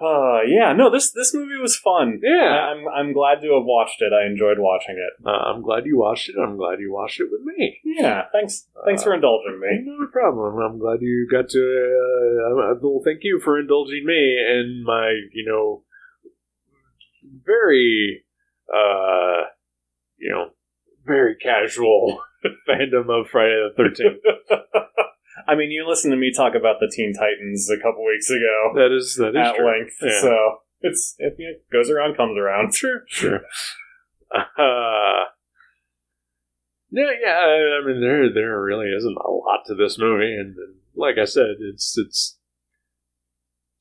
[SPEAKER 3] Uh, yeah. No, this this movie was fun.
[SPEAKER 2] yeah.
[SPEAKER 3] I- I'm I'm glad to have watched it. I enjoyed watching it.
[SPEAKER 2] Uh, I'm glad you watched it. I'm glad you watched it with me.
[SPEAKER 3] Yeah, thanks thanks
[SPEAKER 2] Uh,
[SPEAKER 3] for indulging me.
[SPEAKER 2] No problem. I'm glad you got to. Uh, uh, well, thank you for indulging me and my, you know, very, uh, you know, very casual fandom of Friday the Thirteenth.
[SPEAKER 3] I mean, you listened to me talk about the Teen Titans a couple weeks ago
[SPEAKER 2] That is that is
[SPEAKER 3] at
[SPEAKER 2] true.
[SPEAKER 3] length,
[SPEAKER 2] Yeah.
[SPEAKER 3] so it's it you know, goes around comes around.
[SPEAKER 2] Sure, sure. Uh, yeah, yeah. I I mean, there there really isn't a lot to this movie, and, and like I said, it's it's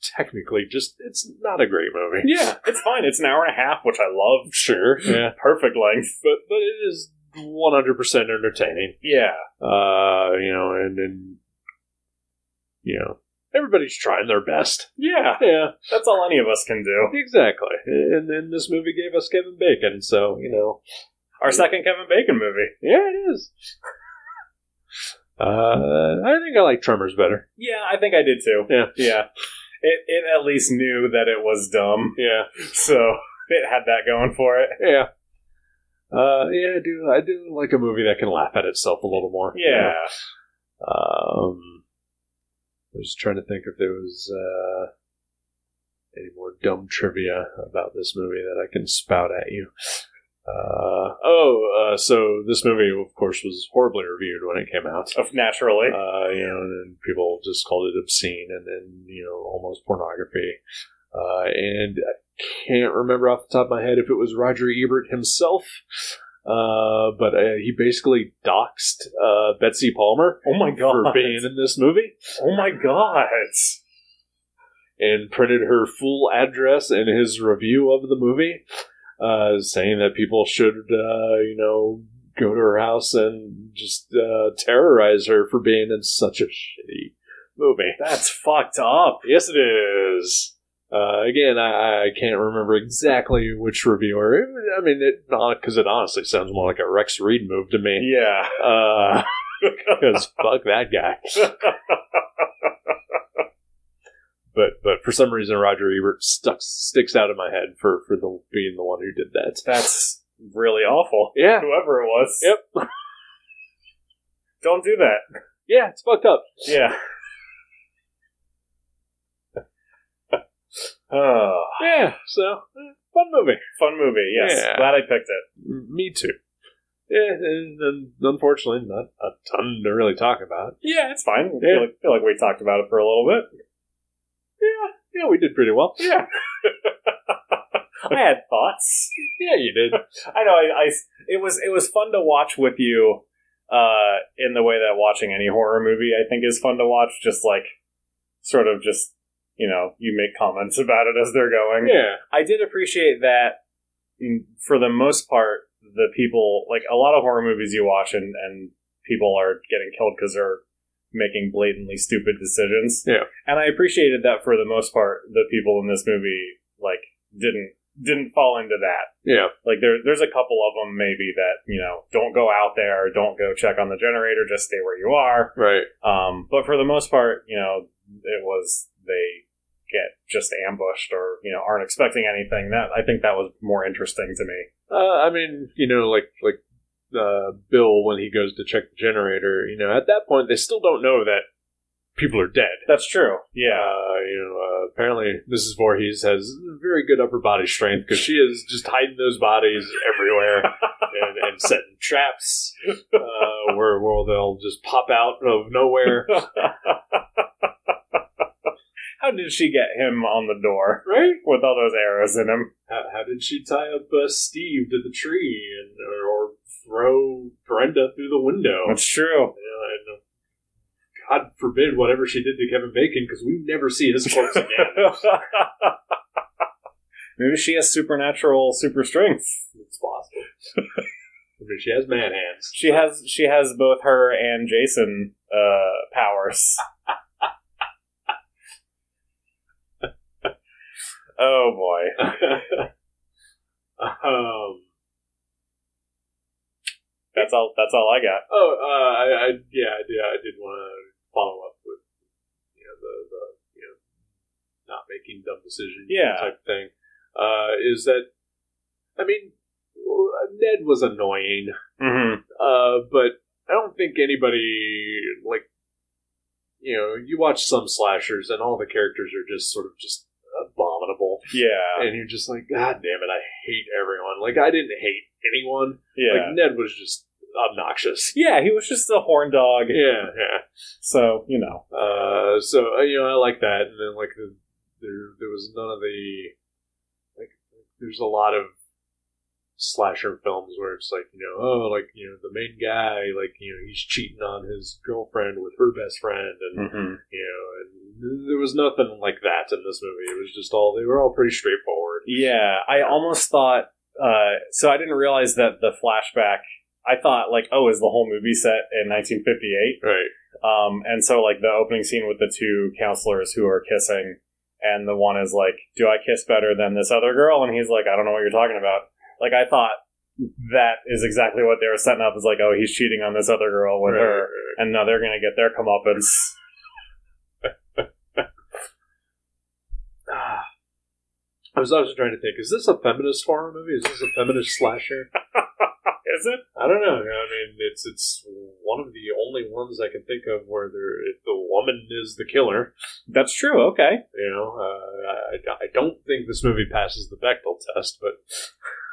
[SPEAKER 2] technically just it's not a great movie.
[SPEAKER 3] Yeah, it's fine. It's an hour and a half, which I love.
[SPEAKER 2] sure, yeah,
[SPEAKER 3] Perfect length.
[SPEAKER 2] but but it is one hundred percent entertaining.
[SPEAKER 3] Yeah,
[SPEAKER 2] Uh, you know, and and you know, everybody's trying their best.
[SPEAKER 3] yeah.
[SPEAKER 2] Yeah,
[SPEAKER 3] That's all any of us can do.
[SPEAKER 2] exactly. And and this movie gave us Kevin Bacon, so you know.
[SPEAKER 3] Our second Kevin Bacon movie.
[SPEAKER 2] Yeah, it is. Uh, I think I like Tremors better.
[SPEAKER 3] Yeah, I think I did too.
[SPEAKER 2] Yeah.
[SPEAKER 3] yeah. It it at least knew that it was dumb,
[SPEAKER 2] Yeah,
[SPEAKER 3] so it had that going for it.
[SPEAKER 2] yeah, uh, yeah. I do. I do like a movie that can laugh at itself a little more.
[SPEAKER 3] Yeah.
[SPEAKER 2] Um, I was trying to think if there was uh, any more dumb trivia about this movie that I can spout at you. Uh, oh, uh, so this movie, of course, was horribly reviewed when it came out.
[SPEAKER 3] Of naturally.
[SPEAKER 2] Uh, you know, and then people just called it obscene and then, you know, almost pornography. Uh, and I can't remember off the top of my head if it was Roger Ebert himself, uh, but uh, he basically doxed uh, Betsy Palmer
[SPEAKER 3] oh my
[SPEAKER 2] for being in this movie
[SPEAKER 3] Oh my god.
[SPEAKER 2] and printed her full address and his review of the movie, uh, saying that people should, uh, you know, go to her house and just uh, terrorize her for being in such a shitty movie.
[SPEAKER 3] That's fucked up.
[SPEAKER 2] Yes, it is. Uh, again, I, I can't remember exactly which reviewer. I mean, it because it honestly sounds more like a Rex Reed move to me. Uh,
[SPEAKER 3] Yeah.
[SPEAKER 2] Because fuck that guy. but but for some reason Roger Ebert stuck, sticks out of my head for for the being the one who did that.
[SPEAKER 3] That's really awful.
[SPEAKER 2] Yeah,
[SPEAKER 3] Whoever it was.
[SPEAKER 2] Yep.
[SPEAKER 3] Don't do that.
[SPEAKER 2] yeah, it's fucked up.
[SPEAKER 3] Yeah. oh,
[SPEAKER 2] Yeah, so eh, fun movie.
[SPEAKER 3] fun movie. Yes.
[SPEAKER 2] Yeah.
[SPEAKER 3] Glad I picked it.
[SPEAKER 2] Me too. Yeah, and, and unfortunately, not a ton to really talk about.
[SPEAKER 3] Yeah, it's fine. I
[SPEAKER 2] Yeah.
[SPEAKER 3] feel, like, feel like we talked about it for a little bit.
[SPEAKER 2] Yeah, we did pretty well.
[SPEAKER 3] Yeah. I had thoughts.
[SPEAKER 2] Yeah, you did.
[SPEAKER 3] I know. I, I it was it was fun to watch with you, uh, in the way that watching any horror movie I think is fun to watch. Just like sort of just you know you make comments about it as they're going.
[SPEAKER 2] yeah,
[SPEAKER 3] I did appreciate that mm, for the most part. The people like a lot of horror movies you watch and and people are getting killed because they're making blatantly stupid decisions.
[SPEAKER 2] Yeah.
[SPEAKER 3] and I appreciated that for the most part. The people in this movie like didn't didn't fall into that
[SPEAKER 2] yeah,
[SPEAKER 3] like there, there's a couple of them maybe that you know don't go out there, don't go check on the generator, just stay where you are.
[SPEAKER 2] right.
[SPEAKER 3] Um, but for the most part, you know, it was they get just ambushed or you know aren't expecting anything. That I think that was more interesting to me.
[SPEAKER 2] Uh, I mean, you know, like like uh, Bill when he goes to check the generator. You know, at that point they still don't know that people are dead.
[SPEAKER 3] That's true. Yeah,
[SPEAKER 2] Uh, you know, uh, apparently Mrs. Voorhees has very good upper body strength because she is just hiding those bodies everywhere and, and setting traps uh, where where they'll just pop out of nowhere.
[SPEAKER 3] how did she get him on the door
[SPEAKER 2] Right?
[SPEAKER 3] with all those arrows in him?
[SPEAKER 2] How, how did she tie up uh, Steve to the tree and or, or throw Brenda through the window?
[SPEAKER 3] That's true.
[SPEAKER 2] Yeah, and uh, God forbid whatever she did to Kevin Bacon, because we never see his corpse again.
[SPEAKER 3] Maybe she has supernatural super strength.
[SPEAKER 2] it's possible. I mean, she has man hands.
[SPEAKER 3] She has she has both her and Jason uh, powers. oh boy!
[SPEAKER 2] um,
[SPEAKER 3] That's all. That's all I got.
[SPEAKER 2] oh, uh, I, I, yeah, I did, I did want to follow up with you know the, the you know not making dumb decisions
[SPEAKER 3] Yeah.
[SPEAKER 2] type thing. Uh, is that I mean, Ned was annoying.
[SPEAKER 3] Mm-hmm.
[SPEAKER 2] Uh, but I don't think anybody like you know you watch some slashers and all the characters are just sort of just abominable,
[SPEAKER 3] Yeah,
[SPEAKER 2] and you're just like, God damn it, I hate everyone. Like I didn't hate anyone.
[SPEAKER 3] yeah,
[SPEAKER 2] Like Ned was just obnoxious.
[SPEAKER 3] yeah. He was just a horn dog.
[SPEAKER 2] Yeah, yeah.
[SPEAKER 3] So you know.
[SPEAKER 2] Uh, so uh, you know, I like that, and then like the, there, there was none of the like. There's a lot of slasher films where it's like you know, oh, like you know, the main guy, like you know, he's cheating on his girlfriend with her best friend, and
[SPEAKER 3] Mm-hmm.
[SPEAKER 2] you know, and there was nothing like that in this movie. It was just all they were all pretty straightforward.
[SPEAKER 3] Yeah, I almost thought. Uh, so I didn't realize that the flashback. I thought like, oh, is the whole movie set in 1958?
[SPEAKER 2] Right.
[SPEAKER 3] Um, and so like the opening scene with the two counselors who are kissing, and the one is like, "Do I kiss better than this other girl?" And he's like, "I don't know what you're talking about." Like I thought that is exactly what they were setting up. Is like, oh, he's cheating on this other girl with
[SPEAKER 2] right,
[SPEAKER 3] her,
[SPEAKER 2] right.
[SPEAKER 3] and now they're gonna get their comeuppance.
[SPEAKER 2] Ah. I was also trying to think: Is this a feminist horror movie? Is this a feminist slasher?
[SPEAKER 3] is it?
[SPEAKER 2] I don't know. I mean, it's it's one of the only ones I can think of where there, if the woman is the killer.
[SPEAKER 3] That's true. Okay.
[SPEAKER 2] You know, uh, I, I don't think this movie passes the Bechdel test, but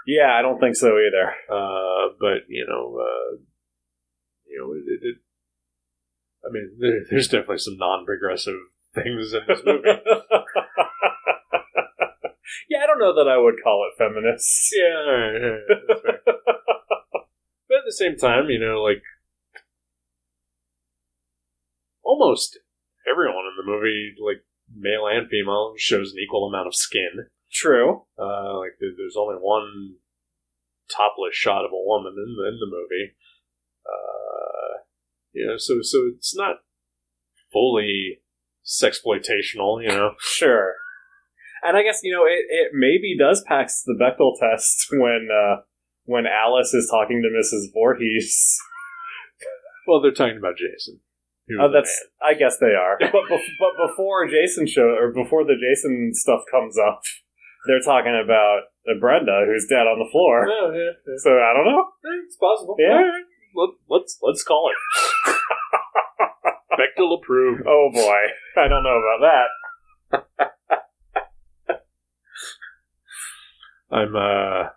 [SPEAKER 3] Yeah, I don't think so either.
[SPEAKER 2] uh, but you know, uh, you know, it. it, it I mean, there, there's definitely some non-progressive things in this movie.
[SPEAKER 3] yeah, I don't know that I would call it feminist.
[SPEAKER 2] yeah, all right, all right, that's fair. but at the same time, you know, like almost everyone in the movie, like male and female, shows an equal amount of skin.
[SPEAKER 3] True.
[SPEAKER 2] Uh, like there, there's only one topless shot of a woman in the, in the movie. Uh, you know, so so it's not fully sexploitational, you know.
[SPEAKER 3] Sure. And I guess, you know, it, it maybe does pass the Bechtel test when uh, when Alice is talking to Mrs. Voorhees.
[SPEAKER 2] well, they're talking about Jason. He was
[SPEAKER 3] Oh,
[SPEAKER 2] a
[SPEAKER 3] that's. I guess they are. But bef- but before Jason show or before the Jason stuff comes up, they're talking about uh, Brenda, who's dead on the
[SPEAKER 2] man.
[SPEAKER 3] floor.
[SPEAKER 2] No, yeah, yeah.
[SPEAKER 3] So I don't know.
[SPEAKER 2] Eh, It's possible.
[SPEAKER 3] Yeah.
[SPEAKER 2] Let, let's let's call it. Bechtel approved.
[SPEAKER 3] Oh boy, I don't know about that.
[SPEAKER 2] I'm uh,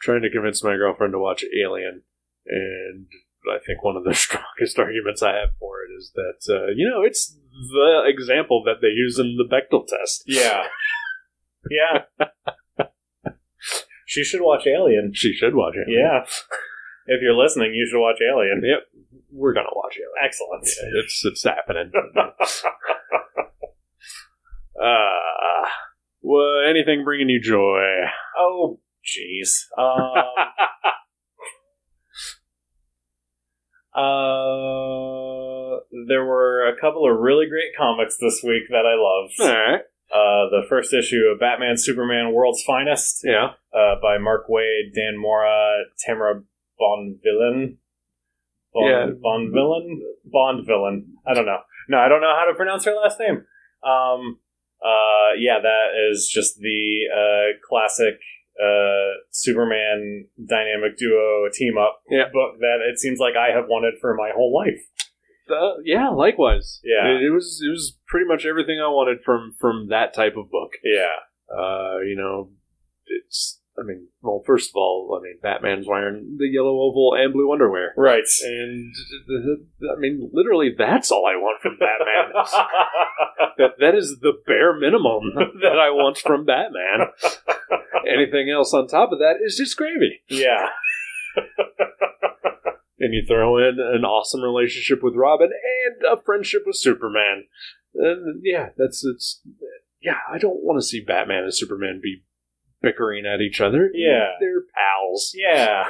[SPEAKER 2] trying to convince my girlfriend to watch Alien, and I think one of the strongest arguments I have for it is that uh, you know it's the example that they use in the Bechtel test.
[SPEAKER 3] Yeah. Yeah. she should watch Alien.
[SPEAKER 2] she should watch it.
[SPEAKER 3] Yeah. If you're listening, you should watch Alien.
[SPEAKER 2] Yep, we're gonna watch Alien.
[SPEAKER 3] Excellent.
[SPEAKER 2] Yeah, it's it's happening. uh, well, anything bringing you joy?
[SPEAKER 3] Oh, jeez. Um, uh, there were a couple of really great comics this week that I loved.
[SPEAKER 2] right.
[SPEAKER 3] Uh, the first issue of Batman Superman World's Finest
[SPEAKER 2] Yeah.
[SPEAKER 3] uh, by Mark Wade, Dan Mora, Tamara Bonvillain. Bon,
[SPEAKER 2] Yeah.
[SPEAKER 3] Bonvillain? Bondvillain. I don't know. No, I don't know how to pronounce her last name. Um, uh, yeah, that is just the uh, classic uh, Superman dynamic duo team up
[SPEAKER 2] Yeah.
[SPEAKER 3] book that it seems like I have wanted for my whole life.
[SPEAKER 2] Uh, yeah, likewise.
[SPEAKER 3] Yeah.
[SPEAKER 2] it, it was it was pretty much everything I wanted from from that type of book.
[SPEAKER 3] Yeah.
[SPEAKER 2] Uh, you know, it's I mean, well, first of all, I mean, Batman's wearing the yellow oval and blue underwear,
[SPEAKER 3] Right.
[SPEAKER 2] and uh, I mean, literally, that's all I want from Batman. that that is the bare minimum that I want from Batman. Anything else on top of that is just gravy.
[SPEAKER 3] yeah.
[SPEAKER 2] And you throw in an awesome relationship with Robin and a friendship with Superman. And yeah, that's it's yeah, I don't want to see Batman and Superman be bickering at each other.
[SPEAKER 3] Yeah.
[SPEAKER 2] They're pals.
[SPEAKER 3] Yeah.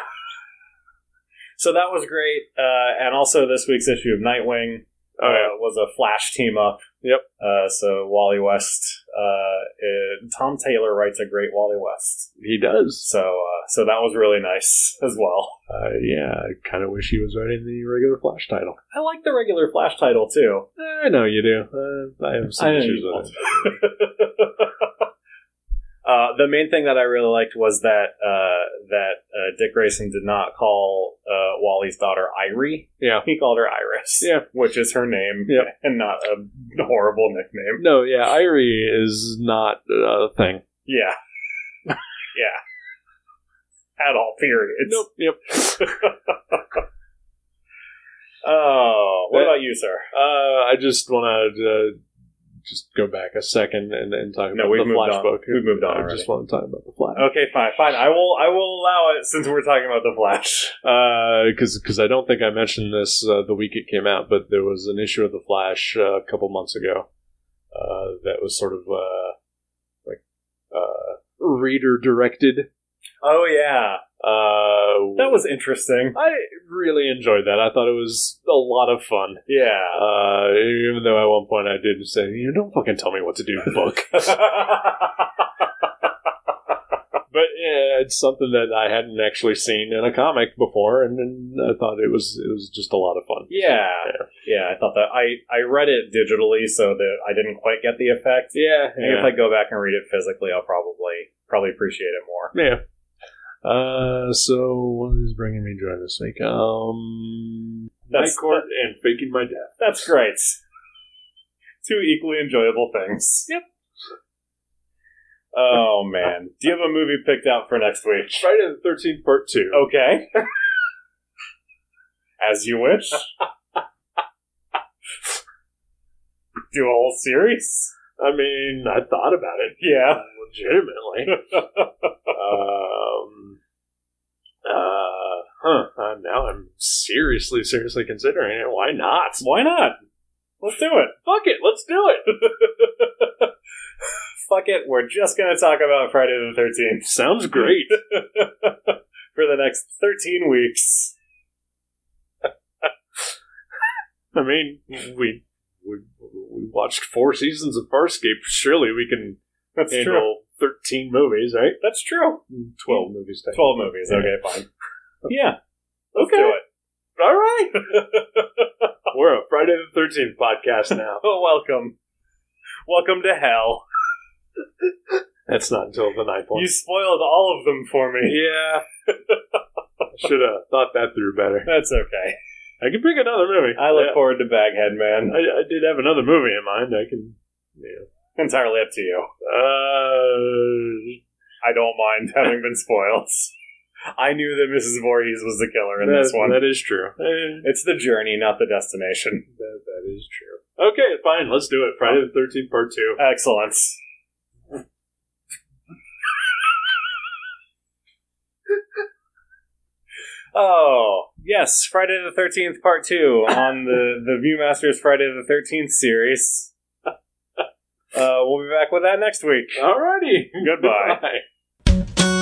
[SPEAKER 3] So that was great. Uh, and also, this week's issue of Nightwing uh, was a Flash team up.
[SPEAKER 2] Oh, Yep.
[SPEAKER 3] Uh, so Wally West, uh, uh, Tom Taylor writes a great Wally West.
[SPEAKER 2] He does.
[SPEAKER 3] So uh, so that was really nice as well.
[SPEAKER 2] Uh, yeah, I kind of wish he was writing the regular Flash title. Eh,
[SPEAKER 3] I like the regular Flash title too.
[SPEAKER 2] I know you do. Uh, I have some
[SPEAKER 3] I know
[SPEAKER 2] issues
[SPEAKER 3] you
[SPEAKER 2] with it.
[SPEAKER 3] Uh, the main thing that I really liked was that uh, that uh, Dick Grayson did not call uh, Wally's daughter Irie.
[SPEAKER 2] Yeah.
[SPEAKER 3] He called her Iris.
[SPEAKER 2] Yeah.
[SPEAKER 3] Which is her name
[SPEAKER 2] Yep.
[SPEAKER 3] and not a horrible nickname.
[SPEAKER 2] No, yeah, Irie is not a thing.
[SPEAKER 3] Yeah. yeah. At all, period.
[SPEAKER 2] Nope. Yep.
[SPEAKER 3] Oh, what
[SPEAKER 2] Yeah.
[SPEAKER 3] about you, sir?
[SPEAKER 2] Uh, I just want to uh, just go back a second and, and talk
[SPEAKER 3] No,
[SPEAKER 2] about
[SPEAKER 3] we've
[SPEAKER 2] the
[SPEAKER 3] moved
[SPEAKER 2] Flash
[SPEAKER 3] on.
[SPEAKER 2] book.
[SPEAKER 3] We've moved on
[SPEAKER 2] I just want to talk about the Flash
[SPEAKER 3] Okay, fine, fine. I will, I will allow it since we're talking about the Flash.
[SPEAKER 2] because Uh, I don't think I mentioned this uh, the week it came out, but there was an issue of the Flash uh, a couple months ago uh, that was sort of uh, like uh, reader directed.
[SPEAKER 3] Oh yeah,
[SPEAKER 2] Uh,
[SPEAKER 3] that was interesting.
[SPEAKER 2] I really enjoyed that. I thought it was a lot of fun.
[SPEAKER 3] Yeah.
[SPEAKER 2] Uh, even though at one point I did say, you know, don't fucking tell me what to do, book. but yeah, it's something that I hadn't actually seen in a comic before, and, and I thought it was it was just a lot of fun.
[SPEAKER 3] yeah, yeah. I thought that I I read it digitally, so that I didn't quite get the effect.
[SPEAKER 2] Yeah,
[SPEAKER 3] I think if I go back and read it physically, I'll probably probably appreciate it more.
[SPEAKER 2] yeah. Uh, so what is bringing me joy this week? Um,
[SPEAKER 3] That's-
[SPEAKER 2] Night Court and faking my death.
[SPEAKER 3] That's great. Two equally enjoyable things. Yep. Oh man, do you have a movie picked out for next week?
[SPEAKER 2] Friday the Thirteenth Part Two.
[SPEAKER 3] Okay. As you wish. Do a whole series?
[SPEAKER 2] I mean, I thought about it
[SPEAKER 3] Yeah.
[SPEAKER 2] legitimately. um, uh, huh. Uh, now I'm seriously, seriously considering it. Why not?
[SPEAKER 3] Why not? Let's do it.
[SPEAKER 2] Fuck it, let's do it.
[SPEAKER 3] Fuck it. We're just going to talk about Friday the 13th
[SPEAKER 2] Sounds great.
[SPEAKER 3] for the next 13 weeks.
[SPEAKER 2] I mean, we we we watched four seasons of Farscape. Surely we can
[SPEAKER 3] That's true.
[SPEAKER 2] handle thirteen movies, right? Mm,
[SPEAKER 3] That's true.
[SPEAKER 2] Twelve movies.
[SPEAKER 3] 12
[SPEAKER 2] technically.
[SPEAKER 3] movies. Okay, fine. Yeah. Let's
[SPEAKER 2] Okay.
[SPEAKER 3] do it.
[SPEAKER 2] All right. We're a Friday the Thirteenth podcast now.
[SPEAKER 3] Oh, welcome, welcome to hell.
[SPEAKER 2] That's not until the ninth one.
[SPEAKER 3] You spoiled all of them for me.
[SPEAKER 2] yeah, should have thought that through better.
[SPEAKER 3] That's okay.
[SPEAKER 2] I can pick another movie.
[SPEAKER 3] I look forward to Baghead Man.
[SPEAKER 2] I, I did have another movie in mind. I can. Yeah.
[SPEAKER 3] Entirely up to you.
[SPEAKER 2] Uh,
[SPEAKER 3] I don't mind having been spoiled. I knew that Mrs. Voorhees was the killer in this
[SPEAKER 2] that-
[SPEAKER 3] one.
[SPEAKER 2] That is true. Eh,
[SPEAKER 3] It's the journey, not the destination.
[SPEAKER 2] That, that is true. Okay, fine. Let's do it. Friday the Thirteenth Part Two.
[SPEAKER 3] Excellence. oh, yes, Friday the 13th, Part 2 on the, the Viewmaster's Friday the 13th series. Uh, we'll be back with that next week.
[SPEAKER 2] Alrighty.
[SPEAKER 3] Goodbye.
[SPEAKER 2] Bye.